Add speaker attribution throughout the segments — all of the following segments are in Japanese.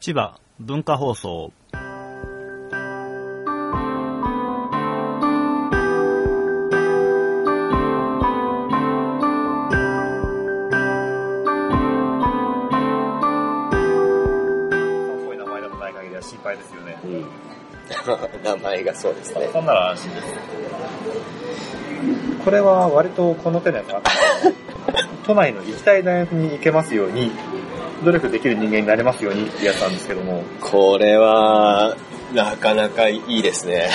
Speaker 1: 千葉文化放送
Speaker 2: っぽい名前でもない限りは心配ですよね。
Speaker 3: うん。名前がそうですね。
Speaker 2: そんなら安心です。これは割とこの手のやつ あった都内の行きたい大学に行けますように、努力できる人間になれますようにってやつなんですけども、
Speaker 3: これは、なかなかいいですね。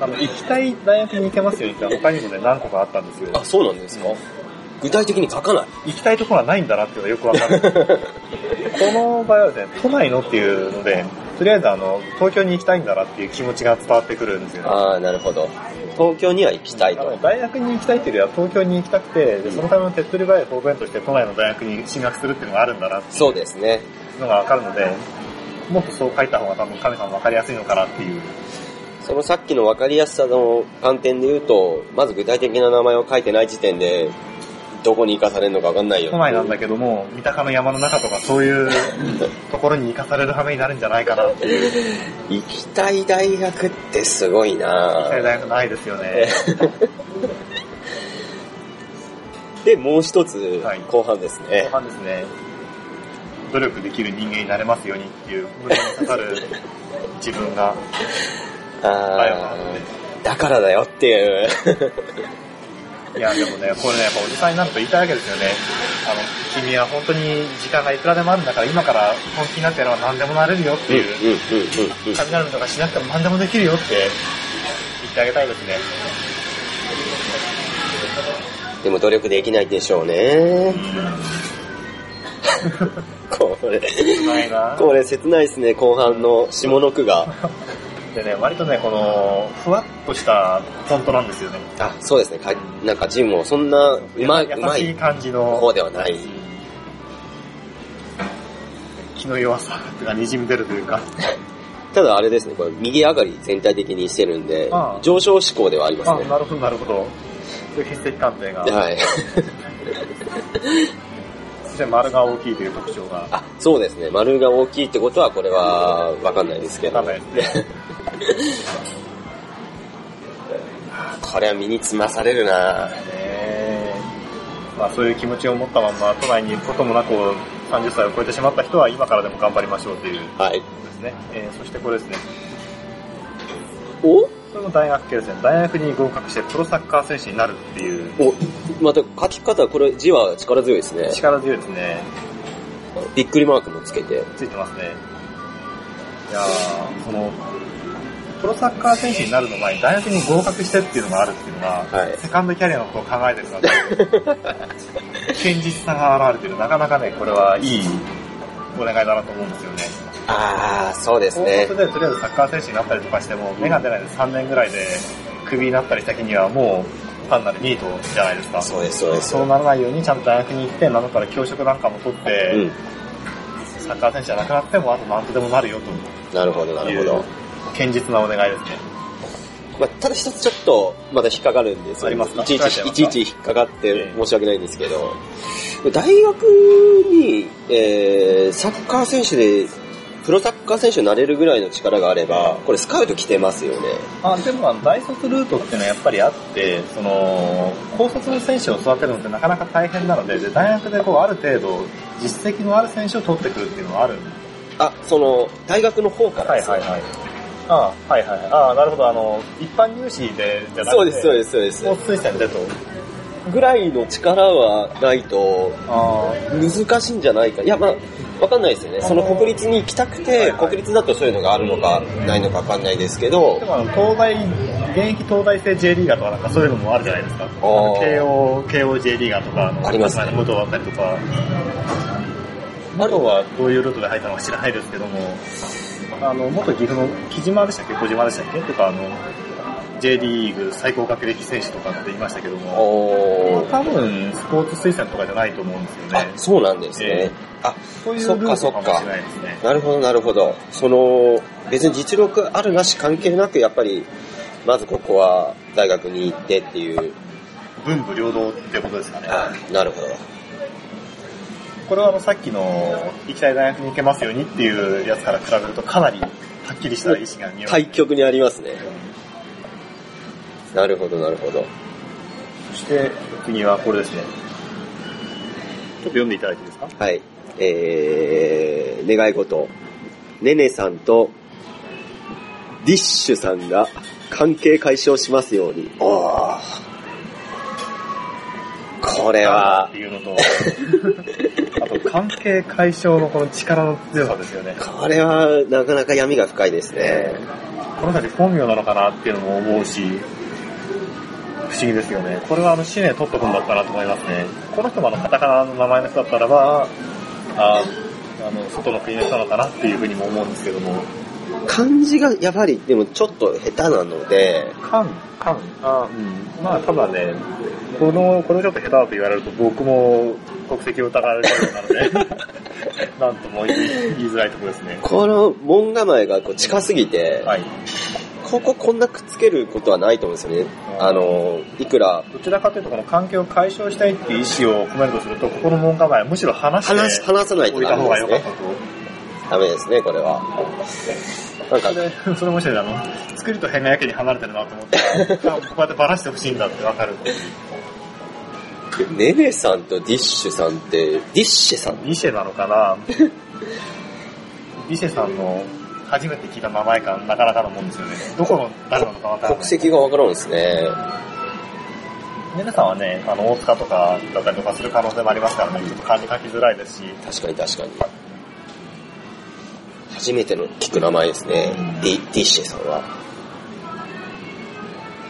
Speaker 2: あの行きたい大学に行けますようにって他にもね、何個かあったんですよ。
Speaker 3: あ、そうなんですか、具体的に書かない。
Speaker 2: 行きたいところはないんだなっていうのがよくわか る。この場合はね、都内のっていうので、とりあえずあの、東京に行きたいんだなっていう気持ちが伝わってくるんですよね。
Speaker 3: ああ、なるほど。東京には行きたい
Speaker 2: あ
Speaker 3: と
Speaker 2: の。大学に行きたいっていうよりは東京に行きたくて、でそのための手っ取り早い方便として都内の大学に進学するっていうのがあるんだなってい
Speaker 3: そうですね。
Speaker 2: うのがわかるので、もっとそう書いた方が多分神様わかりやすいのかなっていう。
Speaker 3: そのさっきの分かりやすさの観点で言うと、まず具体的な名前を書いてない時点で、どこに行かされるのか分かんないよ。
Speaker 2: 都内なんだけども、三鷹の山の中とかそういうところに行かされる羽目になるんじゃないかなっていう。
Speaker 3: 行きたい大学ってすごい
Speaker 2: 行きたい
Speaker 3: な
Speaker 2: 大学ないですよね。
Speaker 3: で、もう一つ
Speaker 2: はい、
Speaker 3: 後半です
Speaker 2: 後
Speaker 3: ね。
Speaker 2: 半ですね、努力できる人間になれますようにっていう、胸に刺さる自分が、
Speaker 3: あーだからだよっていう。
Speaker 2: いや、でもね、これね、やっぱおじさんになると言いたいわけですよね。あの、君は本当に時間がいくらでもあるんだから、今から本気になってやれば何でもなれるよって
Speaker 3: うん、うん、う
Speaker 2: いう、
Speaker 3: ん、うん。
Speaker 2: 雷とかしなくても何でもできるよって言ってあげたいですね。
Speaker 3: でも努力できないでしょうね。これ、
Speaker 2: うまいな
Speaker 3: これ切ないですね、後半の下の句が。
Speaker 2: でね、割とね、この、ふわっとしたフォントなんですよね。
Speaker 3: あ、そうですね、かなんかジムもそんなうまい、うま
Speaker 2: 優しい
Speaker 3: い
Speaker 2: 感じの。
Speaker 3: 方ではない。
Speaker 2: 気の弱さが滲み出るというか。
Speaker 3: ただあれですね、これ右上がり全体的にしてるんで
Speaker 2: ああ、
Speaker 3: 上昇志向ではあります
Speaker 2: あ、
Speaker 3: ね。
Speaker 2: なるほど、なるほど。そういう筆跡鑑定が。
Speaker 3: はい。
Speaker 2: そして丸が大きいという特徴が。
Speaker 3: あ、そうですね、丸が大きいってことはこれはわかんないですけ
Speaker 2: ダ
Speaker 3: ど、
Speaker 2: メですね。
Speaker 3: これは身につまされるな
Speaker 2: ねまあそういう気持ちを持ったまんま都内に行くこともなく30歳を超えてしまった人は今からでも頑張りましょうという
Speaker 3: はい。
Speaker 2: ことですね。えーそしてこれですね。
Speaker 3: お
Speaker 2: これも大学系ですね。大学に合格してプロサッカー選手になるっていう
Speaker 3: お、また書き方、これ字は力強いですね。
Speaker 2: 力強いですね。
Speaker 3: びっくりマークもつけて。
Speaker 2: ついてますね。いやーその、プロサッカー選手になるの前に大学に合格してっていうのがあるっていうのが、
Speaker 3: はい
Speaker 2: セカンドキャリアのことを考えてるなっていう堅実さが現れてる。なかなかね、これはいいお願いだなと思うんですよね。
Speaker 3: ああ、そうです
Speaker 2: 高
Speaker 3: ね
Speaker 2: 卒。でとりあえずサッカー選手になったりとかしても、目が出ないで3年ぐらいでクビになったりした時にはもう単なるニートじゃないですか。
Speaker 3: そうです、そうです。
Speaker 2: そうならないようにちゃんと大学に行って、なのから教職なんかも取って、
Speaker 3: うん。
Speaker 2: サッカー選手じゃなくなってもあと何とでもなるよと
Speaker 3: なるほど、なる
Speaker 2: い
Speaker 3: ほ
Speaker 2: う
Speaker 3: ど。、
Speaker 2: 堅実なお願いですね。
Speaker 3: まあ、ただ一つちょっと、まだ引っかかるんですよ
Speaker 2: ありますか
Speaker 3: いちい
Speaker 2: 引っかかっちゃ
Speaker 3: ち、
Speaker 2: い
Speaker 3: い
Speaker 2: ますか
Speaker 3: ちいち引っかかって
Speaker 2: ええ
Speaker 3: 申し訳ないんですけど、大学に、えー、サッカー選手で、プロサッカー選手になれるぐらいの力があれば、これスカウト来てますよね。
Speaker 2: あでもあの大卒ルートっていうのはやっぱりあって、その、高卒の選手を育てるのってなかなか大変なので、で大学でこうある程度実績のある選手を取ってくるっていうのはあるんで
Speaker 3: あ、その、大学の方から
Speaker 2: はい
Speaker 3: です
Speaker 2: は
Speaker 3: ね
Speaker 2: いはい。ああ、はいはいはい。ああ、なるほど。あの、一般入試でじゃなくて、
Speaker 3: そうです、
Speaker 2: す。
Speaker 3: そうです、そうで
Speaker 2: ス
Speaker 3: す
Speaker 2: ポ。ーツ推薦でと。
Speaker 3: ぐらいの力はないと、
Speaker 2: あ
Speaker 3: 難しいんじゃないか。いや、まあ、わかんないですよね。その国立に行きたく
Speaker 2: はい
Speaker 3: て、
Speaker 2: はい
Speaker 3: 国立だとそういうのがあるのか、ないのかわかんないですけど
Speaker 2: で、もあの、東大、現役東大生 J リーガーとかなんかそういうのもあるじゃないですか。慶応、慶応 J リーガーとか、あの、
Speaker 3: ありますね
Speaker 2: 前の武藤あったりとか。
Speaker 3: あ
Speaker 2: 武藤はどういうルートで入ったのか知らないですけども、あの、元岐阜の木島でしたっけ小島でしたっけとか、あの、J リーグ最高学歴選手とかって言いましたけども、
Speaker 3: おー
Speaker 2: 多分、スポーツ推薦とかじゃないと思うんですよ
Speaker 3: あ
Speaker 2: ね、。
Speaker 3: そうなんですね
Speaker 2: え。
Speaker 3: あ、
Speaker 2: そういう
Speaker 3: そっ
Speaker 2: ルー
Speaker 3: かそ
Speaker 2: ト
Speaker 3: っ
Speaker 2: か
Speaker 3: か
Speaker 2: もしれないですね。
Speaker 3: なるほど、なるほど。その、別に実力あるなし関係なく、やっぱり、まずここは大学に行ってっていう。
Speaker 2: 文武両道ってことですかね。
Speaker 3: あなるほど。
Speaker 2: これはあのさっきの行きたい大学に行けますようにっていうやつから比べるとかなりはっきりした意思が見えます
Speaker 3: 対極にありますね。なるほど、なるほど。
Speaker 2: そして次はこれですね。ちょっと読んでいただいていいですか
Speaker 3: はい。えー、願い事。ねねさんと、ディッシュさんが関係解消しますように。おーこれは
Speaker 2: って、いうのと、あと関係解消のこの力の強さですよね。
Speaker 3: これはなかなか闇が深いですね。
Speaker 2: この先本名なのかなっていうのも思うし、不思議ですよね。これはあの、シネ取っとくんだったなと思いますね。この人もあの、カタカナの名前の人だったらば、ああの、外の国の人なのかなっていうふうにも思うんですけども、
Speaker 3: 漢字がやはりでもちょっと下手なので、
Speaker 2: カン、カン、あうん、まあただね、この、これちょっと下手だと言われると僕も国籍を疑われる ようなので、なんとも言い言いづらいところですね。
Speaker 3: この門構えがこう近すぎて、
Speaker 2: はい。
Speaker 3: こここんなくっつけることはないと思うんですよね。あの、いくら
Speaker 2: どちらかというと、この環境を解消したいっていう意思を込めるとすると、ここの門構えはむしろ話して
Speaker 3: 話し、話さないと
Speaker 2: 置いた
Speaker 3: ダメ
Speaker 2: 方が
Speaker 3: です
Speaker 2: 良かっ
Speaker 3: ね
Speaker 2: た。と。
Speaker 3: ダメですね、これは。なんか
Speaker 2: そ、れで、それもしかしてあの、作りと変がやけに離れてるなと思って、あこうやってバラしてほしいんだってわかる。
Speaker 3: ネネさんとディッシュさんって、ディッシュさん
Speaker 2: リシェなのかなリシェさんの初めて聞いた名前感、なかなかのもんですよね。どこの誰なのかわからない。
Speaker 3: 国籍がわからんですね。
Speaker 2: 皆さんはね、あの、大塚とかだったりとかする可能性もありますからね、ちょっと漢字書きづらいですし、
Speaker 3: 確かに確かに。初めての聞く名前ですね。ディディッシュさんは。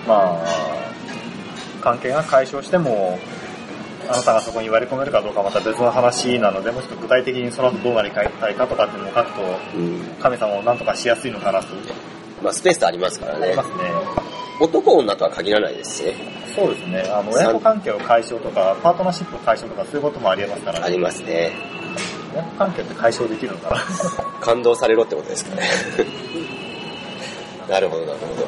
Speaker 2: まあ、関係が解消しても、あなたがそこに割り込めるかどうかはまた別の話なので、もしくは具体的にその後どうなりたいかとかっていうのを書くと、
Speaker 3: うん。
Speaker 2: 神様を何とかしやすいのかなと
Speaker 3: まあ、スペースありますから
Speaker 2: 思い
Speaker 3: ね
Speaker 2: ま。すね。
Speaker 3: 男女とは限らないですね。
Speaker 2: そうですね。あの、親子関係を解消とか、パートナーシップを解消とか、そういうこともありえますから
Speaker 3: ありますね。
Speaker 2: 親子関係って解消できるのかな。
Speaker 3: 感動されろってことですかね。 なるほど、なるほど。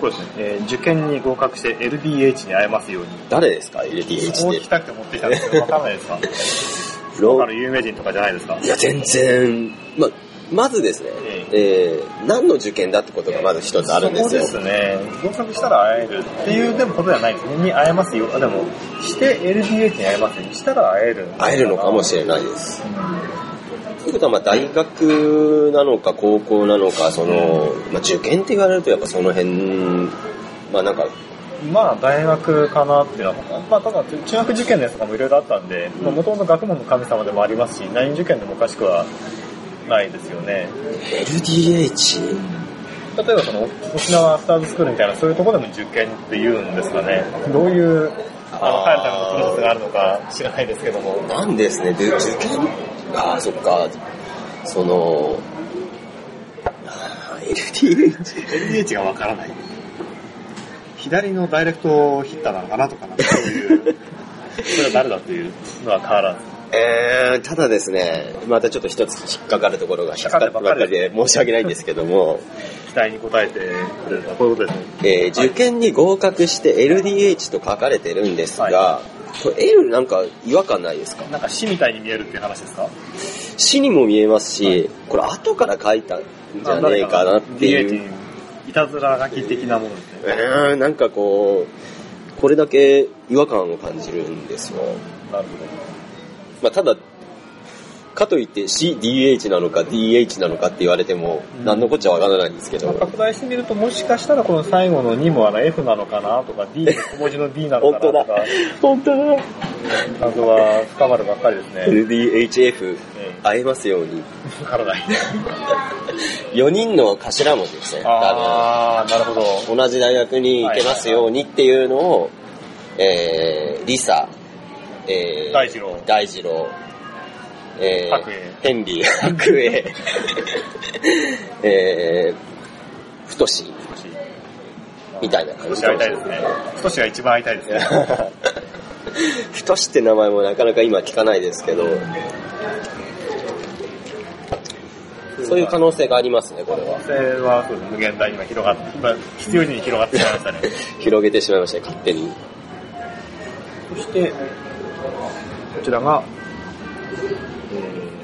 Speaker 2: そうですね。えー受験に合格して LDH に会えますように。
Speaker 3: 誰ですか
Speaker 2: こう
Speaker 3: ?LDH っ
Speaker 2: 聞き
Speaker 3: て。
Speaker 2: たくて持ってきたんですけど、わかんないですか
Speaker 3: ロ
Speaker 2: 他の有名人とかじゃないですか
Speaker 3: いや、全然、ま、まずですね、えー、何の受験だってことがまず一つあるんですよ。
Speaker 2: そうですね。合格したら会えるっていうでもことではないですね。に会えますよ。あでも、して LDH に会えますよ。したら会える。
Speaker 3: 会えるのかもしれないです。ということは、まあ、大学なのか、高校なのか、その、まあ、受験って言われると、やっぱその辺、まあ、なんか、
Speaker 2: まあ、大学かなっていうのは、まあ、ただ、中学受験のやつとかもいろいろあったんで、まあ、元々学問の神様でもありますし、何受験でもおかしくはないですよね。
Speaker 3: LDH?
Speaker 2: 例えば、その、沖縄スターズスクールみたいな、そういうところでも受験って言うんですかね。どういう、あの、彼らのプロセスがあるのか知らないですけども。
Speaker 3: なんですね、で受験ああ、そっか、その、あー LDH?
Speaker 2: LDH がわからない。左のダイレクトヒッターなのかなとかな、 そういう。それは誰だっていうのは変わらず。
Speaker 3: えー、ただですね、またちょっと一つ引っかかるところが引っかかるばかりで申し訳ないんですけども、
Speaker 2: 期待に応えてくれるのはこういうことですね。
Speaker 3: えー受験に合格して LDH と書かれてるんですが、
Speaker 2: は
Speaker 3: これ L なんか違和感ないですか
Speaker 2: なんか死みたいに見えるっていう話ですか
Speaker 3: 死にも見えますし、これ後から書いたんじゃねえかなっていう。
Speaker 2: DH いたずら書き的なものですね。
Speaker 3: えー、なんかこう、これだけ違和感を感じるんですよ。
Speaker 2: なるほ
Speaker 3: まあ、ただ、かといって CDH なのか DH なのかって言われても、
Speaker 2: うん
Speaker 3: 何のこっちゃわからないんですけど、
Speaker 2: ど。拡大してみると、もしかしたらこの最後の2もあの F なのかなとか、D の小文字の D なのかなとか、
Speaker 3: 本当だ
Speaker 2: 謎は深まるばっかりですね。
Speaker 3: !LDHF、
Speaker 2: え
Speaker 3: 会えますように。
Speaker 2: えわから ない。
Speaker 3: 4人の頭文字ですね。多
Speaker 2: あー、なるほど。
Speaker 3: 分同じ大学に行けますようにっていうのを、えー、リサ、えー、
Speaker 2: 大二郎
Speaker 3: 大二郎、えー、
Speaker 2: 白衣
Speaker 3: ヘンリー、白衣、えー、太し、
Speaker 2: 少し。
Speaker 3: みたいな感
Speaker 2: 少
Speaker 3: じ
Speaker 2: し
Speaker 3: か
Speaker 2: 会い
Speaker 3: もしたれ
Speaker 2: い
Speaker 3: な
Speaker 2: です
Speaker 3: い
Speaker 2: ね。少しが一番会いたいですね。
Speaker 3: ふとしって名前もなかなか今聞かないですけど、そういう可能性がありますね、これは
Speaker 2: 可能。性は そうです無限大に今広がって、今必要以上に広がってしまいましたね。
Speaker 3: 広げてしまいましたね、勝手に。
Speaker 2: そして、こちらが、えー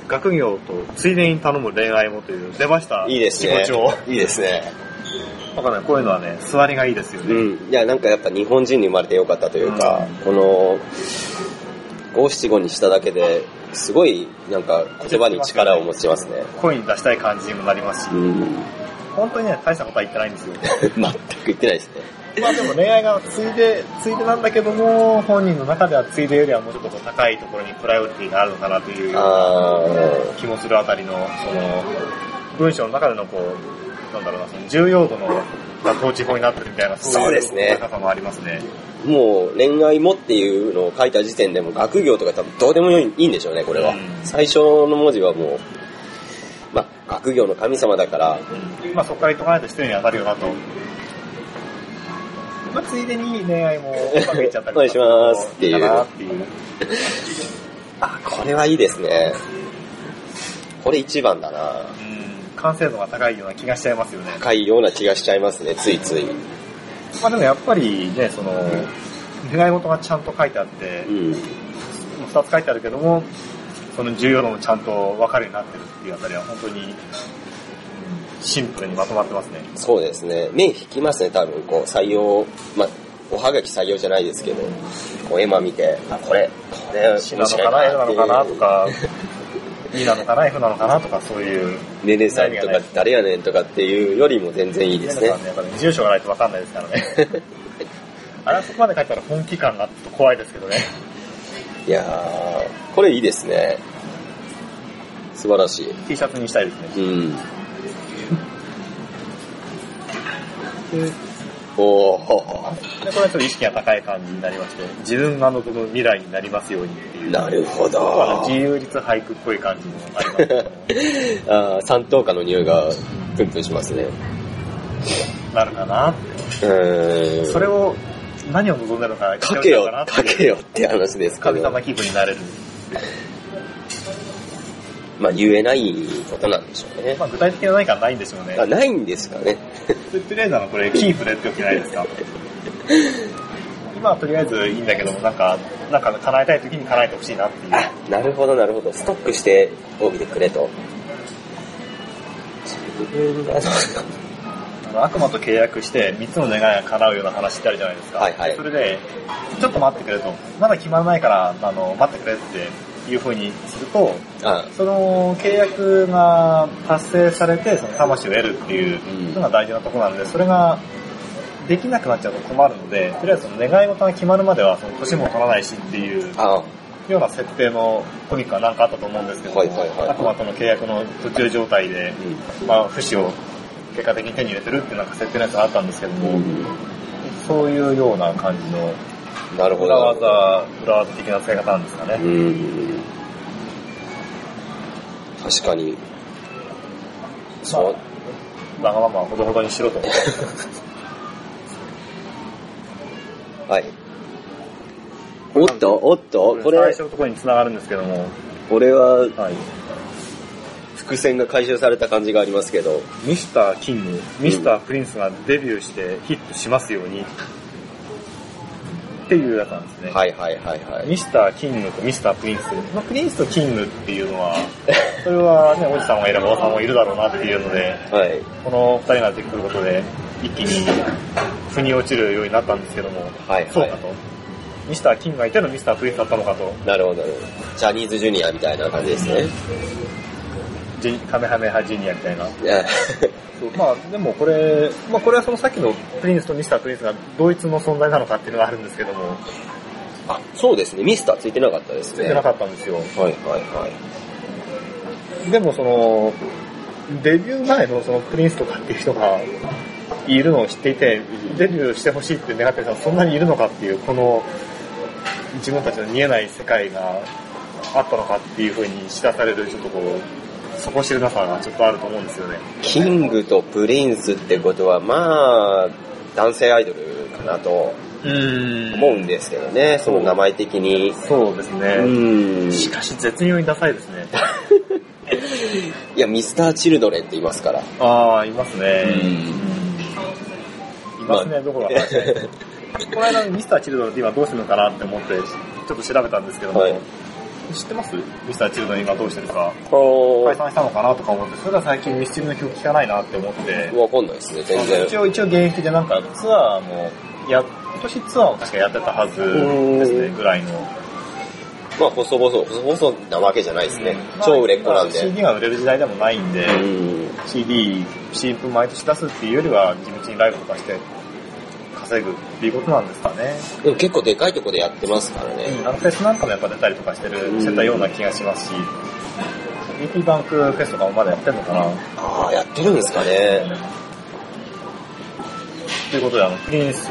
Speaker 2: 学業とついでに頼む恋愛もという、出ました。
Speaker 3: いいですね
Speaker 2: 気持ちを。。
Speaker 3: いいですね。
Speaker 2: わかんない。こういうのはね、座りがいいですよね。
Speaker 3: うん。いや、なんかやっぱ日本人に生まれてよかったというか、この、五七五にしただけで、すごい、なんか言葉に力を持ちますね。
Speaker 2: 声に出したい感じにもなりますし
Speaker 3: う、ん。
Speaker 2: 本当にね、大したことは言ってないんですよ。
Speaker 3: 全く言ってないですね。
Speaker 2: まあでも恋愛がついで、ついでなんだけども、本人の中ではついでよりはもうちょっと高いところにプライオリティがあるのかなという
Speaker 3: あー
Speaker 2: 気もするあたりの、その、文章の中でのこう、なんだろうな、その重要度のが統治法になってるみたいな、
Speaker 3: そう
Speaker 2: い
Speaker 3: ですね
Speaker 2: 高さもありますね。
Speaker 3: もう恋愛もっていうのを書いた時点でもう学業とか多分どうでもいいんでしょうね、これは
Speaker 2: うん。
Speaker 3: 最初の文字はもう、まあ、学業の神様だから、
Speaker 2: うんまあそこから言っとかないと失礼に当たるよなと。まあついでに恋愛もうまくいっちゃったり
Speaker 3: お願いしますっていう
Speaker 2: かなっていう。
Speaker 3: あ、これはいいですね。これ一番だな。
Speaker 2: うん完成度が高いような気がしちゃいますよね。
Speaker 3: 高いような気がしちゃいますね、ついつい。
Speaker 2: まあでもやっぱりね、その、願い事がちゃんと書いてあって
Speaker 3: う、ん。
Speaker 2: 2つ書いてあるけども、その重要度もちゃんと分かるようになってるっていうあたりは本当に、うんシンプルにまとまってますね。
Speaker 3: そうですね。目引きますね、多分、こう、採用、まあ、おはがき採用じゃないですけど、こう、絵馬見て、あ、これ、これ、
Speaker 2: 詩なのかな、絵なのかなと
Speaker 3: か。
Speaker 2: か、E なのかな、F なのかなとか、そういう。
Speaker 3: ねねさんとか、誰やねんとかっていうよりも全然いいですね
Speaker 2: 皆さ。んやっぱり住所がないと分かんないです からね。あれはそこまで書いたら本気感があって怖いですけどね。
Speaker 3: いやー、これいいですね。素晴らしい。
Speaker 2: T シャツにしたいですね。
Speaker 3: うん。 おー。
Speaker 2: で、これはちょっと意識が高い感じになりまして、自分が望む未来になりますようにっていう。
Speaker 3: なるほど。
Speaker 2: まあ自由律俳句っぽい感じもありますけども
Speaker 3: あー三等価の匂いがプンプンしますね。
Speaker 2: なるかな。
Speaker 3: うーん。
Speaker 2: それを、何を望んでるのか、
Speaker 3: か
Speaker 2: 聞いて
Speaker 3: けよ
Speaker 2: みようかな、
Speaker 3: かけよって話ですけ
Speaker 2: 神
Speaker 3: ど。
Speaker 2: 様気分になれる。
Speaker 3: まあ言えないことなんでしょうね
Speaker 2: ま。あ、具体的な何かはないんでしょうね
Speaker 3: あ。ないんですかね。
Speaker 2: ととりあえずあのこ れキープでっておきないですか今はとりあえずいいんだけどもなんかなんか叶えたい時に叶えてほしいなっていう
Speaker 3: あ、なるほどなるほど。ストックしておいてくれと。自分が、
Speaker 2: あの悪魔と契約して3つの願いが叶うような話ってあるじゃないですか、
Speaker 3: はいはい
Speaker 2: それでちょっと待ってくれとまだ決まらないからあの待ってくれっていう風にすると
Speaker 3: あ、
Speaker 2: その契約が達成されてその魂を得るっていう
Speaker 3: うん
Speaker 2: のが大事なところなのでそれができなくなっちゃうと困るのでとりあえずその願い事が決まるまではその年も取らないしっていう
Speaker 3: あ、
Speaker 2: ような設定のコミックはなんかあったと思うんですけど、
Speaker 3: はいはいはい
Speaker 2: 悪魔との契約の途中状態で、まあ、不死を結果的に手に入れてるっていうなんか設定のやつがあったんですけど
Speaker 3: う
Speaker 2: も、
Speaker 3: ん。
Speaker 2: そういうような感じの
Speaker 3: なるほど。
Speaker 2: 裏技、裏技的な使い方なんですかね。
Speaker 3: うん。確かに。そう。
Speaker 2: わがままはほどほどにしろと。
Speaker 3: はい。おっと、おっと、こ
Speaker 2: 最
Speaker 3: れ
Speaker 2: 初、のところに繋がるんですけども、
Speaker 3: これは
Speaker 2: はい、
Speaker 3: 伏線が回収された感じがありますけど、
Speaker 2: ミスター・キング、ミスター・プリンスがデビューしてヒットしますように、っていうやつなんですね。
Speaker 3: はいはいはいはい。
Speaker 2: ミスター・キングとミスター・プリンス。まあ、プリンスとキングっていうのは、それはね、おじさんもいればおばさんもいるだろうなっていうので、
Speaker 3: はい。
Speaker 2: この二人が出てくることで、一気に腑に落ちるようになったんですけども、
Speaker 3: はいはい
Speaker 2: そうかと。ミスター・キングがいてのミスター・プリンスだったのかと、
Speaker 3: なるほど、なるほど。ジャニーズジュニアみたいな感じですね。
Speaker 2: ジェカメハメハジュニアみたいな。
Speaker 3: いや
Speaker 2: まあ、でもこれ、まあこれはそのさっきのプリンスとミスター・プリンスが同一の存在なのかっていうのがあるんですけども、
Speaker 3: あ、そうですね。ミスターついてなかったです
Speaker 2: つい
Speaker 3: ね。
Speaker 2: てな
Speaker 3: は
Speaker 2: かったんですよ。
Speaker 3: いはいはい。
Speaker 2: でもその、デビュー前のそのプリンスとかっていう人がいるのを知っていて、デビューしてほしいって願ってる人がそんなにいるのかっていう、この自分たちの見えない世界があったのかっていうふうに知らされる、ちょっとこう、底知れなさがちょっとあると思うんですよね。
Speaker 3: キングとプリンスってことは、まあ、男性アイドルかなと
Speaker 2: うん
Speaker 3: 思うんですけどね。その名前的に。
Speaker 2: そうです
Speaker 3: う
Speaker 2: ね。
Speaker 3: ん。
Speaker 2: しかし絶妙にダサいですね。
Speaker 3: いや、ミスター・チルドレンって言いますから。
Speaker 2: ああ、いますね。います
Speaker 3: ま
Speaker 2: ね、どころか。この間ミスターチルドレンって今どうしてるのかなって思って、ちょっと調べたんですけども、
Speaker 3: はい
Speaker 2: 知ってますミスターチルドレン今どうしてるか。
Speaker 3: は
Speaker 2: 解散したのかなとか思って、それが最近ミスチルの曲聞かないなって思って、
Speaker 3: わかんないですね、全然。
Speaker 2: 一応、一応現役でなんかツアーも、や、今年ツアーを確かやってたはずですね、ぐらいの。
Speaker 3: まあ、細々、細々なわけじゃないですね。超売れっ子なん
Speaker 2: まあ
Speaker 3: で。
Speaker 2: CD が売れる時代でもないんで、
Speaker 3: うん。
Speaker 2: CD、新譜毎年出すっていうよりは、地道にライブとかして稼ぐっていうことなんですかね。
Speaker 3: でも結構でかいとこでやってますからね。
Speaker 2: あのフェスなんかもやっぱ出たりとかしてる、
Speaker 3: うん
Speaker 2: してたような気がしますし、BP バンクフェスとかもまだやってんのかな
Speaker 3: ああ、やってるんですかね。
Speaker 2: ということで、あの、プリンス、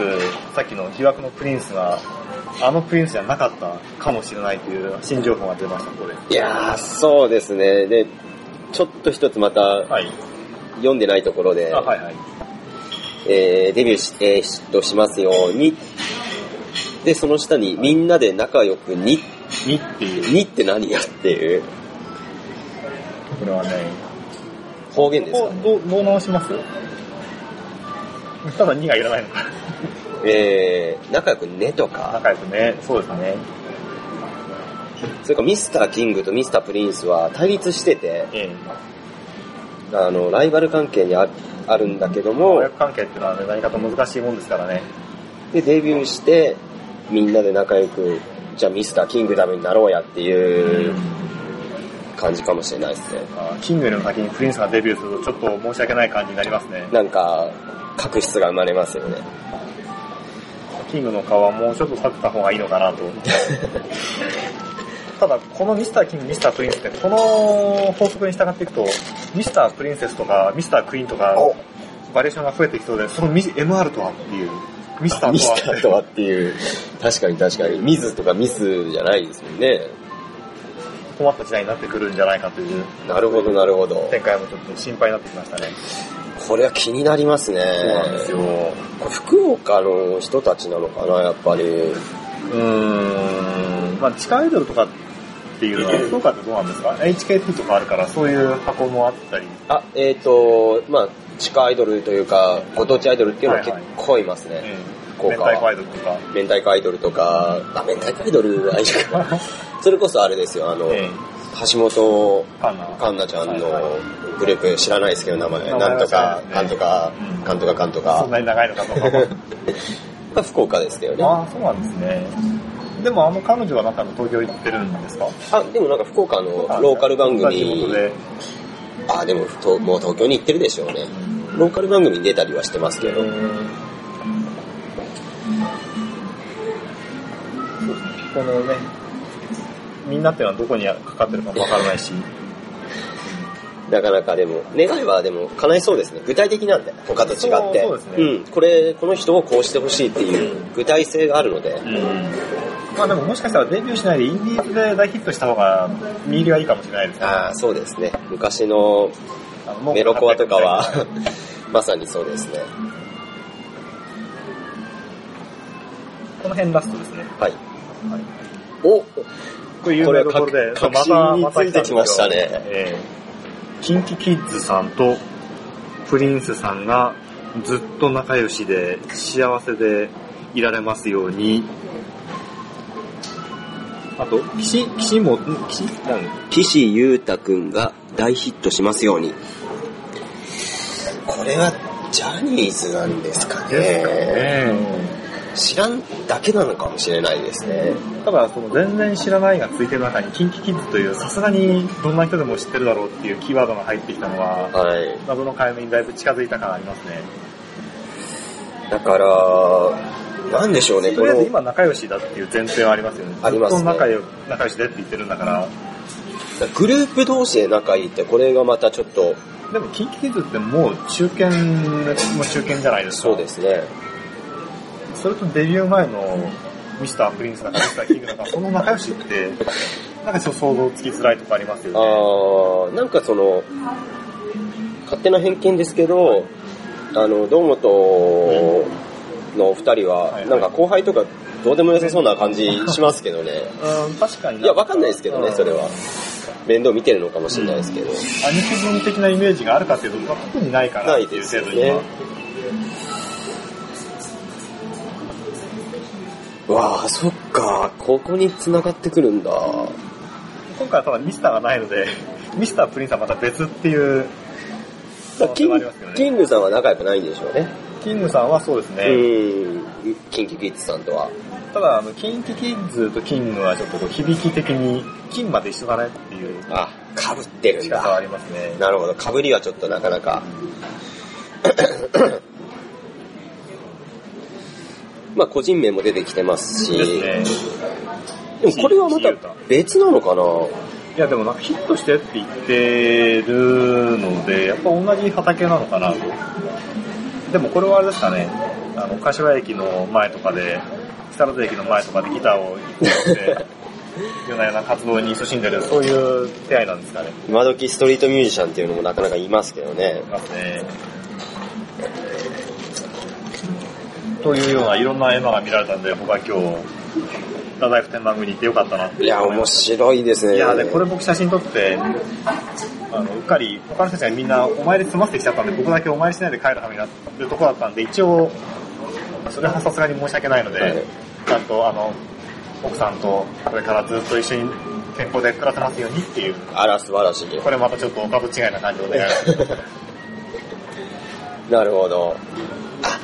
Speaker 2: さっきの疑惑のプリンスが、あのプリンスじゃなかったかもしれないという新情報が出ました、これ。
Speaker 3: いやー、そうですね。で、ちょっと一つまた
Speaker 2: はい。
Speaker 3: 読んでないところで、
Speaker 2: あ、はいはい。
Speaker 3: えーデビューし,、えーとしますように。で、その下に、みんなで仲良くに、
Speaker 2: にっていう。
Speaker 3: にって何やっていう
Speaker 2: これはね、
Speaker 3: 方言です
Speaker 2: こ
Speaker 3: か
Speaker 2: う、どう、どう直しますただ2がいらないのか。
Speaker 3: えー、仲良くねとか、
Speaker 2: 仲良くね、そうですね。
Speaker 3: それからミスターキングとミスタープリンスは対立してて、
Speaker 2: ええ。
Speaker 3: あの、ライバル関係にああるんだけども、
Speaker 2: 親子関係っていうのはね、何かと難しいもんですからね。
Speaker 3: で、デビューして、みんなで仲良く、じゃあミスターキングダムになろうやっていう感じかもしれないですね。
Speaker 2: あキングよりも先にプリンスがデビューすると、ちょっと申し訳ない感じになりますね。
Speaker 3: なんか、確執が生まれますよね。
Speaker 2: キングの顔はもうちょっと立てた方がいいのか なと。ただ、このミスターキング、ミスタープリンスって、この法則に従っていくと、ミスタープリンセスとか、ミスタークイーンとか、バリエーションが増えてきそうで、そのミ MR とはっていう、ミスター
Speaker 3: ミ
Speaker 2: とは
Speaker 3: スタ
Speaker 2: っ
Speaker 3: ー
Speaker 2: て
Speaker 3: と、はっていう、確かに確かに、ミズとかミスじゃないですもんね。
Speaker 2: 困った時代になってくるんじゃないかという
Speaker 3: なるほど、なるほど。
Speaker 2: 展開もちょっと心配になってきましたね。
Speaker 3: これは気になりますね。
Speaker 2: そうなんですよ。う
Speaker 3: これ福岡の人たちなのかな、やっぱり。
Speaker 2: ーん、まあ地下アイドルとかっていうのは、福岡ってどうなんですか ?HKT とかあるから、そういう箱もあったり。
Speaker 3: あ、えっ、と、まあ、地下アイドルというか、ご当地アイドルっていうのは結構いますね。
Speaker 2: う
Speaker 3: 福
Speaker 2: ん、明
Speaker 3: 岡
Speaker 2: 太子アイドルとか。
Speaker 3: 明太子アイドルとか、あ、明太子アイドルはいいか。 それこそあれですよ、あの、
Speaker 2: ええ
Speaker 3: 橋本
Speaker 2: パンナ。
Speaker 3: 環奈ちゃん
Speaker 2: はい
Speaker 3: のグループ知らないですけど、名前。
Speaker 2: 名前
Speaker 3: なんとか
Speaker 2: は知、ら
Speaker 3: か
Speaker 2: ない
Speaker 3: ん
Speaker 2: ですね
Speaker 3: とか
Speaker 2: うん、
Speaker 3: かんとか、かんと
Speaker 2: そん
Speaker 3: か。
Speaker 2: なに長いのかとか。
Speaker 3: まあ福岡ですけどね。
Speaker 2: ああ、そうなんですね。でもあの彼女はなんかあの東京行ってるんですか
Speaker 3: あ、でもなんか福岡のローカル番
Speaker 2: 同じこ
Speaker 3: 組
Speaker 2: と、で。
Speaker 3: あ、でもともう東京に行ってるでしょうね。ローカル番組に出たりはしてますけど、
Speaker 2: このね、みんなっていうのはどこにかかってるかもわからないし。
Speaker 3: なかなかでも、願いはでも叶いそうですね。具体的なんで、他と違って。
Speaker 2: そうそうですね
Speaker 3: ん、これ、この人をこうしてほしいっていう具体性があるので、
Speaker 2: まあでももしかしたらデビューしないでインディーズで大ヒットした方が見入りはいいかもしれないですね。
Speaker 3: ああ、そうですね。昔の
Speaker 2: あのもう
Speaker 3: メロコアとかは、 まさにそうですね。
Speaker 2: この辺ラストですね。
Speaker 3: はい。お
Speaker 2: これ有名どころで、
Speaker 3: こ
Speaker 2: ま
Speaker 3: れ
Speaker 2: た
Speaker 3: 確確信についてきましたね
Speaker 2: また来んですよええキンキキッズさんとプリンスさんがずっと仲良しで幸せでいられますように。あと、岸、岸も、ん岸なん
Speaker 3: 岸優太くんが大ヒットしますように。これは、ジャニーズなんですか
Speaker 2: ですか
Speaker 3: ね。
Speaker 2: ね。
Speaker 3: 知らんだけなのかもしれないですね。
Speaker 2: ただ、その全然知らないがついてる中に、キンキキッズという、さすがにどんな人でも知ってるだろうっていうキーワードが入ってきたのは、
Speaker 3: はい。
Speaker 2: 謎の解明にだいぶ近づいた感ありますね。
Speaker 3: だから、なんでしょうね、
Speaker 2: と
Speaker 3: こ
Speaker 2: りあえず
Speaker 3: の、
Speaker 2: 今仲良しだっていう前提はありますよね。
Speaker 3: ありますね
Speaker 2: ずっと仲良仲良しでって言ってるんだから。
Speaker 3: グループ同士で仲いいって、これがまたちょっと、
Speaker 2: でも、キンキキッズってもう中堅、もう中堅じゃないですか。
Speaker 3: そうですね。
Speaker 2: それとデビュー前のミスタープリンスだかミスターキングだか、その仲良しって、なんかちょっと想像つきづらいとかありますよ
Speaker 3: あ
Speaker 2: ね。
Speaker 3: ーなんかその、勝手な偏見ですけど、あの、堂本のお二人
Speaker 2: は
Speaker 3: は、
Speaker 2: い
Speaker 3: なんか後輩とかどうでもよさそうな感じしますけど ね。
Speaker 2: うん、確かに。
Speaker 3: いや、わかんないですけどね、それは。面倒見てるのかもしれないですけど。
Speaker 2: アニキズム的なイメージがあるかっていうと、特にないかな
Speaker 3: な
Speaker 2: ってい
Speaker 3: いうです
Speaker 2: 程
Speaker 3: よ
Speaker 2: 度に
Speaker 3: ね
Speaker 2: は。。
Speaker 3: わあ、そっか。ここに繋がってくるんだ。
Speaker 2: 今回はただミスターがないので、ミスタープリンスはまた別っていう、
Speaker 3: だからキン
Speaker 2: ありますよね
Speaker 3: キングさんは仲良くないんでしょうね。
Speaker 2: キングさんはそうですね。
Speaker 3: うん。キンキキッズさんとは。
Speaker 2: ただ、あの、キンキキッズとキングはちょっとこう響き的に、金まで一緒だねっていう
Speaker 3: あ、かぶってるん
Speaker 2: 近さはあ
Speaker 3: だ。
Speaker 2: りますね。
Speaker 3: なるほど。かぶりはちょっとなかな か。まあ、個人名も出てきてますし。
Speaker 2: ですね。
Speaker 3: でもこれはまた別なのかない
Speaker 2: や、でもなんかヒットしてって言ってるので、やっぱ同じ畑なのかなと。でもこれはあれですかね、あの、柏駅の前とかで、木更津駅の前とかでギターを弾いて、夜な夜な活動に勤しんでる、そういう手合いなんですかね。
Speaker 3: 今時ストリートミュージシャンっていうのもなかなかいますけどね
Speaker 2: い。ますね。というようないろんな絵馬が見られたんで、僕は今日、太宰府天満宮に行ってよかったなって。
Speaker 3: いや、面白いですね。
Speaker 2: いやでこれ僕写真撮って、あの、うっかり、他の人たちがみんなお参り済ませてきちゃったんで、僕だけお参りしないで帰るはめになってるとこだったんで、一応、それはさすがに申し訳ないので、
Speaker 3: はい
Speaker 2: ちゃんとあの、奥さんとこれからずっと一緒に健康で暮らせますようにっていう、
Speaker 3: あら、素晴らし
Speaker 2: こ
Speaker 3: い。
Speaker 2: れまたちょっとおかぶ違いな感じでお願いします。
Speaker 3: なるほど。あ、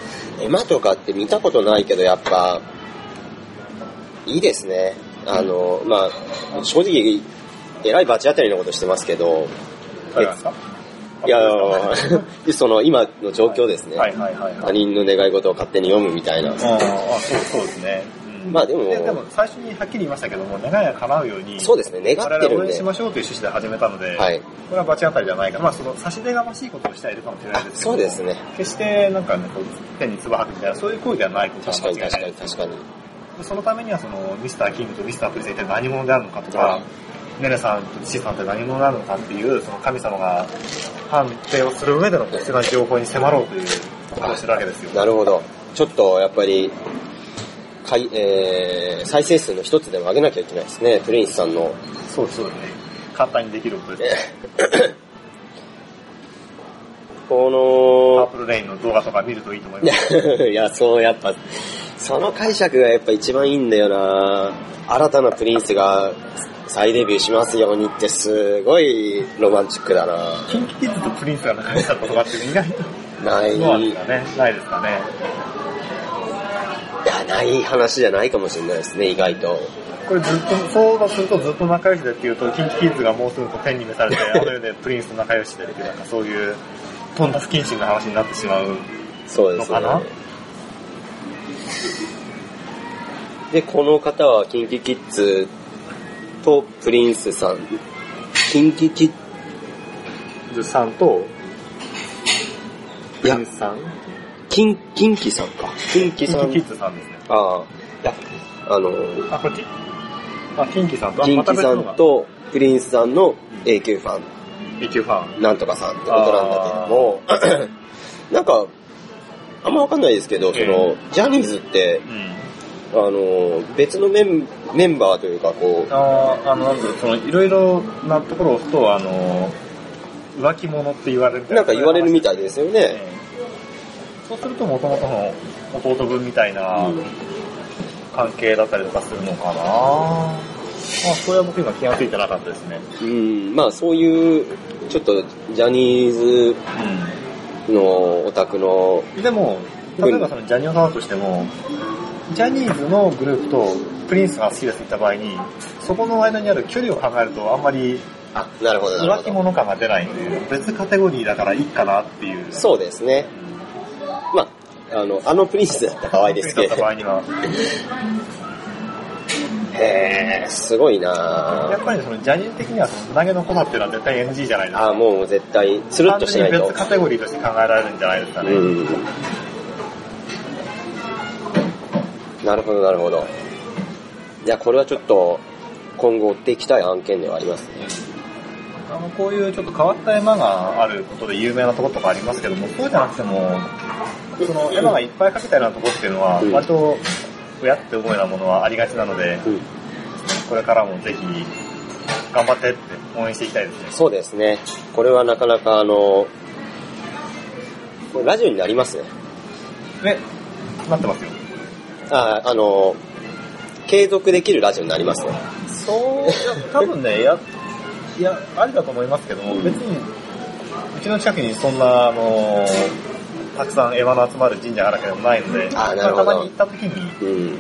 Speaker 3: 馬とかって見たことないけど、やっぱ、いいですね。あの、まあ、正直、えらい罰当たりのことしてますけど、
Speaker 2: 誰ですか
Speaker 3: いや
Speaker 2: はい、
Speaker 3: その今の状況ですね。
Speaker 2: はいはいはいはい。
Speaker 3: 他人の願い事を勝手に読むみたいな。
Speaker 2: ああ、そうそうですね。うん
Speaker 3: まあでも
Speaker 2: いやでも最初にはっきり言いましたけども、願いが叶うように、
Speaker 3: そうですね、願っ
Speaker 2: 我
Speaker 3: て
Speaker 2: 々応
Speaker 3: るん
Speaker 2: 援
Speaker 3: で
Speaker 2: し。ましょうという趣旨で始めたので、
Speaker 3: はい。
Speaker 2: これは罰当たりじゃないかな。まあ、その差し出がましいことをしてはいるかもしれな
Speaker 3: あ
Speaker 2: いで、すけ
Speaker 3: そ
Speaker 2: ど、
Speaker 3: うですね。
Speaker 2: 決してなんかね、こう手に唾吐くみたいな、そういう行為ではないことは
Speaker 3: 確か
Speaker 2: 間違い
Speaker 3: に
Speaker 2: ない
Speaker 3: 確かに確かに。
Speaker 2: でそのためには、その、ミスターキングとミスタープリンスって何者であるのかと
Speaker 3: は
Speaker 2: か
Speaker 3: い、
Speaker 2: ネネさんとチーさんって何者なのかっていう、その神様が判定をする上での必要な情報に迫ろうということをしてるわけですよ。
Speaker 3: なるほど。ちょっとやっぱり、かいえー、再生数の一つでも上げなきゃいけないですね。プリンスさんの。
Speaker 2: そうそうですね。簡単にできることです。パー
Speaker 3: こ
Speaker 2: プルレインの動画とか見るといいと思います。
Speaker 3: の、 いや、そうやっぱ、その解釈がやっぱ一番いいんだよな新たなプリンスが再デビューしますようにってすごいロマンチックだな
Speaker 2: キンキキッズとプリンスが仲良かったとかって意外と、
Speaker 3: ない、い
Speaker 2: どうなんですかね。ないですかね。
Speaker 3: や、ない話じゃないかもしれないですね、意外と。
Speaker 2: これずっと、そうだするとずっと仲良しでっていうと、キンキキッズがもうすぐこう天に召され て、あの世でプリンスと仲良しでっていう、なんかそういう、とんだ不謹慎な話になってしまう。
Speaker 3: そうですね
Speaker 2: のかな。
Speaker 3: で、この方は、キンキキッズとプリンスさん。キンキキッ
Speaker 2: ずさんと、
Speaker 3: い
Speaker 2: プリ
Speaker 3: や
Speaker 2: ン、スさん
Speaker 3: キン、キンキさんか。キン
Speaker 2: キ
Speaker 3: キ
Speaker 2: ン
Speaker 3: さん
Speaker 2: キキ。ッズさんですね。
Speaker 3: ああ、いや、あの、
Speaker 2: あ、こっちあ、キンキさんと、あ
Speaker 3: キンキさ
Speaker 2: のが
Speaker 3: んとプリンスさんの永久ファ
Speaker 2: B 級ファン。
Speaker 3: ン、なんとかさんってことなんだけども、 なんか、あんまわかんないですけど、その、ジャニーズって、
Speaker 2: うん。
Speaker 3: あの、別のメンメンバーというか、こう、
Speaker 2: あーあの、なんだろう、その、いろいろなところを押すと、あの、浮気者って言われるみたい
Speaker 3: なんか言われるみ
Speaker 2: い
Speaker 3: たいですよ
Speaker 2: な
Speaker 3: ね。。
Speaker 2: そうすると、もともとの弟分みたいな関係だったりとかするのかな、まあ、それは僕今気がついてなかったですね。
Speaker 3: うん、まあそういう、ちょっとジャニーズのオタクの、
Speaker 2: でも、例えばそのジャニオさんだとしても、ジャニーズのグループとプリンスが好きですって言った場合に、そこの間にある距離を考えると、あんまり
Speaker 3: あ、なるほど、な
Speaker 2: 浮気
Speaker 3: るほど。
Speaker 2: 者感が出ないんで、別カテゴリーだからいいかなっていう。
Speaker 3: そうですね。まあ、あの、あのプリンスだったら可愛いです
Speaker 2: だ
Speaker 3: け
Speaker 2: った
Speaker 3: ど。
Speaker 2: 場合には、
Speaker 3: へえ、すごい
Speaker 2: や
Speaker 3: な
Speaker 2: っぱりそのジャニーズ的にはその投げのことっていうのは絶対 NG じゃないですか。
Speaker 3: あ、もう絶対、スルッとしない
Speaker 2: 完全に
Speaker 3: と
Speaker 2: 別。カテゴリーとして考えられるんじゃないですか
Speaker 3: う
Speaker 2: ね。
Speaker 3: ん。なるほど、なるほど。いや、これはちょっと、今後追っていきたい案件ではありますね。
Speaker 2: あの、こういうちょっと変わった絵馬があることで有名なところとかありますけども、そうじゃなくても、その絵馬がいっぱいかけたようなところっていうのは、
Speaker 3: うん
Speaker 2: 割と、おやって思うようなものはありがちなので、
Speaker 3: うん
Speaker 2: これからもぜひ、頑張ってって応援していきたいですね。
Speaker 3: そうですね。これはなかなかあの、ラジオになりますね。
Speaker 2: ね、なってますよ。
Speaker 3: あ、あの、継続できるラジオになりますね。
Speaker 2: そう、いや多分 ね、や、いや、ありだと思いますけども、別に、うちの近くにそんな、あの、たくさんエヴァの集まる神社があるわけでもないので、
Speaker 3: あなるほど
Speaker 2: たまに行った時に、あ
Speaker 3: うん。
Speaker 2: の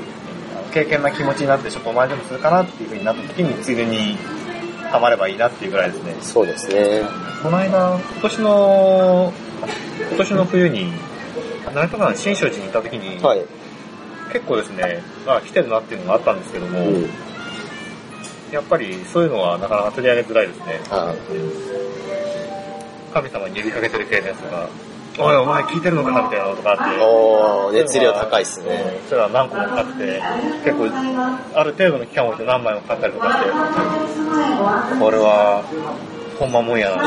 Speaker 2: 経験な気持ちになって、ちょっとお前でもするかなっていう風になった時に、ついでに、ハマればいいなっていうぐらいですね。
Speaker 3: そうですね。
Speaker 2: この間、今年の、今年の冬に、何とか新勝寺に行った時に、
Speaker 3: はい。
Speaker 2: 結構ですね、あ、来てるなっていうのがあったんですけども、
Speaker 3: うん。
Speaker 2: やっぱりそういうのはなかなか取り上げづらいですね。
Speaker 3: あ
Speaker 2: 神様に呼びかけてる系のやつとか、おいお前聞いてるのかなみたいなのとかあって。
Speaker 3: おー、熱量高いっすね。
Speaker 2: それは何個も買って、結構、ある程度の期間を置いて何枚も買ったりとかして、これは、ほんまもんやな。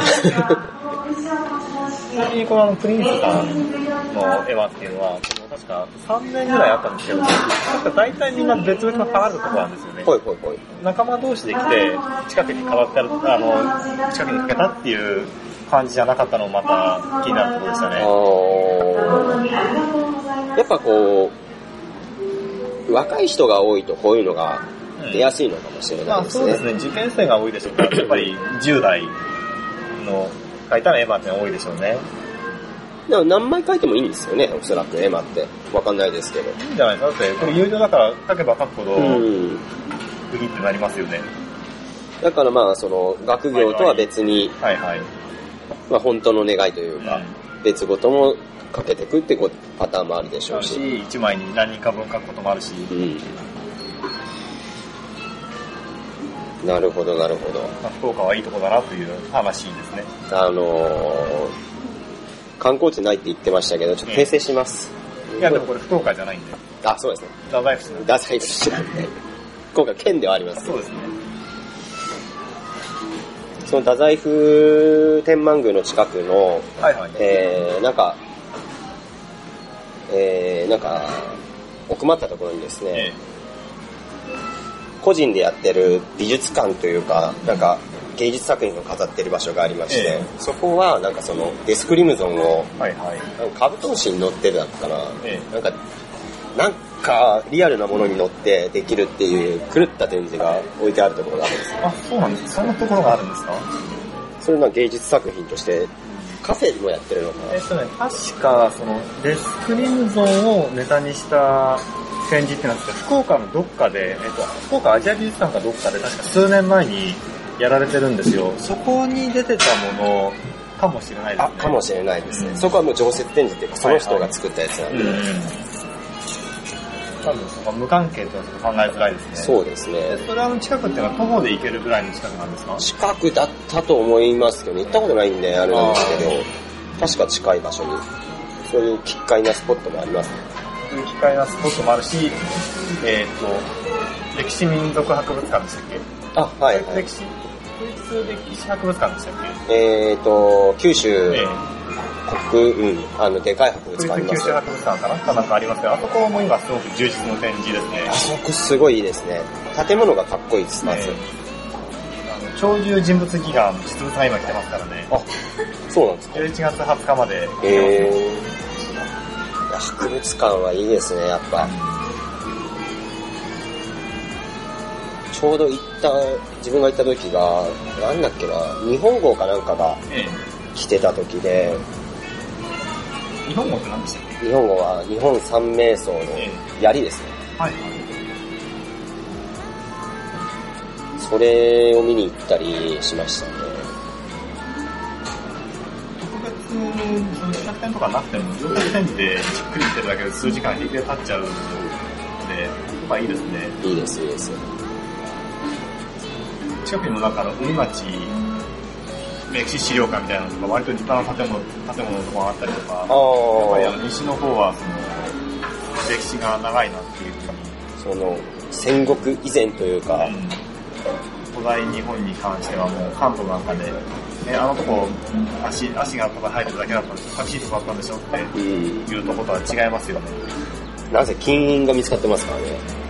Speaker 2: ちなみにこのあのプリンスさんのエヴァっていうのは、この確か3年ぐらいあったんですけど、確か大体みんな別々のパールとこなんですよね。
Speaker 3: ほいほいほい。
Speaker 2: 仲間同士で来て、近くに変わってある、あの、近くにかけたっていう感じじゃなかったのもまた気になるところでした
Speaker 3: あ
Speaker 2: ね。
Speaker 3: ー。やっぱこう、若い人が多いとこういうのが
Speaker 2: うん
Speaker 3: 出やすいのかもしれ
Speaker 2: ま
Speaker 3: ない
Speaker 2: あ
Speaker 3: です
Speaker 2: そうです
Speaker 3: ね。
Speaker 2: ね、受験生が多いでしょうから、やっぱり10代の書いたらエヴァってのは多いでしょうね。
Speaker 3: でも何枚書いてもいいんですよね、おそらくエマって。わかんないですけど。
Speaker 2: いいんじゃないですかだって、これ友情だから書けば書くほど、
Speaker 3: うん。
Speaker 2: グリってなりますよね。
Speaker 3: だからまあ、その、学業とは別に、
Speaker 2: はいはい。
Speaker 3: まあ本当の願いという
Speaker 2: ま
Speaker 3: か
Speaker 2: あ、、
Speaker 3: 別ごともかけてくってこパターンもあるでしょう
Speaker 2: し、
Speaker 3: し。
Speaker 2: 1枚に何人か分書くこともあるし、
Speaker 3: うん。なるほど、なるほど。
Speaker 2: まあ、福岡はいいとこだなという話ですね。
Speaker 3: あのー、観光地ないって言ってましたけど、ちょっと訂正します。
Speaker 2: いや、でもこれ福岡じゃないんで、
Speaker 3: あ、そうですね。
Speaker 2: 太宰府市なんで。
Speaker 3: ダサい寿司なんで。今回県ではあります。
Speaker 2: そうですね。
Speaker 3: その太宰府天満宮の近くの、
Speaker 2: はいはい。
Speaker 3: えー、なんか、えー、なんか、奥まったところにですね、
Speaker 2: え
Speaker 3: 個人でやってる美術館というか、なんか芸術作品を飾ってる場所がありまして、
Speaker 2: ええ
Speaker 3: そこはなんかそのデスクリムゾンを、
Speaker 2: えはいはい。
Speaker 3: なんかカブトムシに乗ってるだったかな、
Speaker 2: ええ
Speaker 3: なんか、なんかリアルなものに乗ってできるっていう狂った展示が置いてあるところがあるんです。
Speaker 2: あ、そうなんです。そんなところがあるんですか
Speaker 3: それの芸術作品として、カフェでもやってるのか
Speaker 2: えっとね、確か、その、デスクリムゾンをネタにした展示ってなんですけど、福岡のどっかで、えっと、福岡アジア美術館かどっかで、確か数年前にやられてるんですよ。そこに出てたものかもしれないです
Speaker 3: な。あ
Speaker 2: ね。、
Speaker 3: かもしれないですね。そこはもう常設展示っていうか、その人が作ったやつなんで。
Speaker 2: うん。多分、そこは無関係ってのは考えづらいですね。う。
Speaker 3: そうですね。
Speaker 2: それはあの近くっていうのは徒歩で行けるぐらいの近くなんですか
Speaker 3: 近くだったと思いますけど、行ったことないんであれなんですけど、確か近い場所に、そういう奇怪なスポットもあります。
Speaker 2: そういう機会なスポットもあるし、えっ、と、歴史民俗博物館でしたっけ
Speaker 3: あ、はい、はい
Speaker 2: 歴。史、国立歴史博物館でしたっ
Speaker 3: えっ、と、九
Speaker 2: け、
Speaker 3: 州
Speaker 2: ええ
Speaker 3: 国、うん、あの、でかい博物館あ
Speaker 2: 国
Speaker 3: り
Speaker 2: 立九
Speaker 3: ます
Speaker 2: 州
Speaker 3: よ。
Speaker 2: 博物館かなかなんかありますけど、あそこも今すごく充実の展示ですね
Speaker 3: あ。そこすごいいいですね。建物がかっこいいです、まず。
Speaker 2: ええあの鳥獣人物祈願、実物が今来てますからね。
Speaker 3: あ、そうなんですか。
Speaker 2: 11月20日まで来
Speaker 3: え
Speaker 2: て
Speaker 3: ーいや博物館はいいですね、やっぱ。ちょうど行った、自分が行った時が、なんだっけな、日本号かなんかが
Speaker 2: ます。え
Speaker 3: 来てた時で、
Speaker 2: え日本語って何でしたっ
Speaker 3: 日本語は日本三名僧の
Speaker 2: え
Speaker 3: 槍ですね。
Speaker 2: けはい。
Speaker 3: それを見に行ったりしましたね。
Speaker 2: 特別、その企画展とかなくても、上達展示でじっくり見てるだけで数時間平気で経っちゃうので、まあいいですね。
Speaker 3: いいです、いいです。
Speaker 2: 近くにもなんかあの海町歴史資料館みたいなのとか割と立派な建物建物のとこがあったりとかやっぱりあ
Speaker 3: ああ、
Speaker 2: の西の方はその歴史が長いなっていうふうに、
Speaker 3: その、戦国以前というか、
Speaker 2: 古代日本に関してはもう関東なんかで、ね、あのとこ足足がただ生えてるだけだったんです寂しいとこだったんでしょっ
Speaker 3: うん、
Speaker 2: ていうとことは違いますよね
Speaker 3: なぜ金印が見つかってますからね。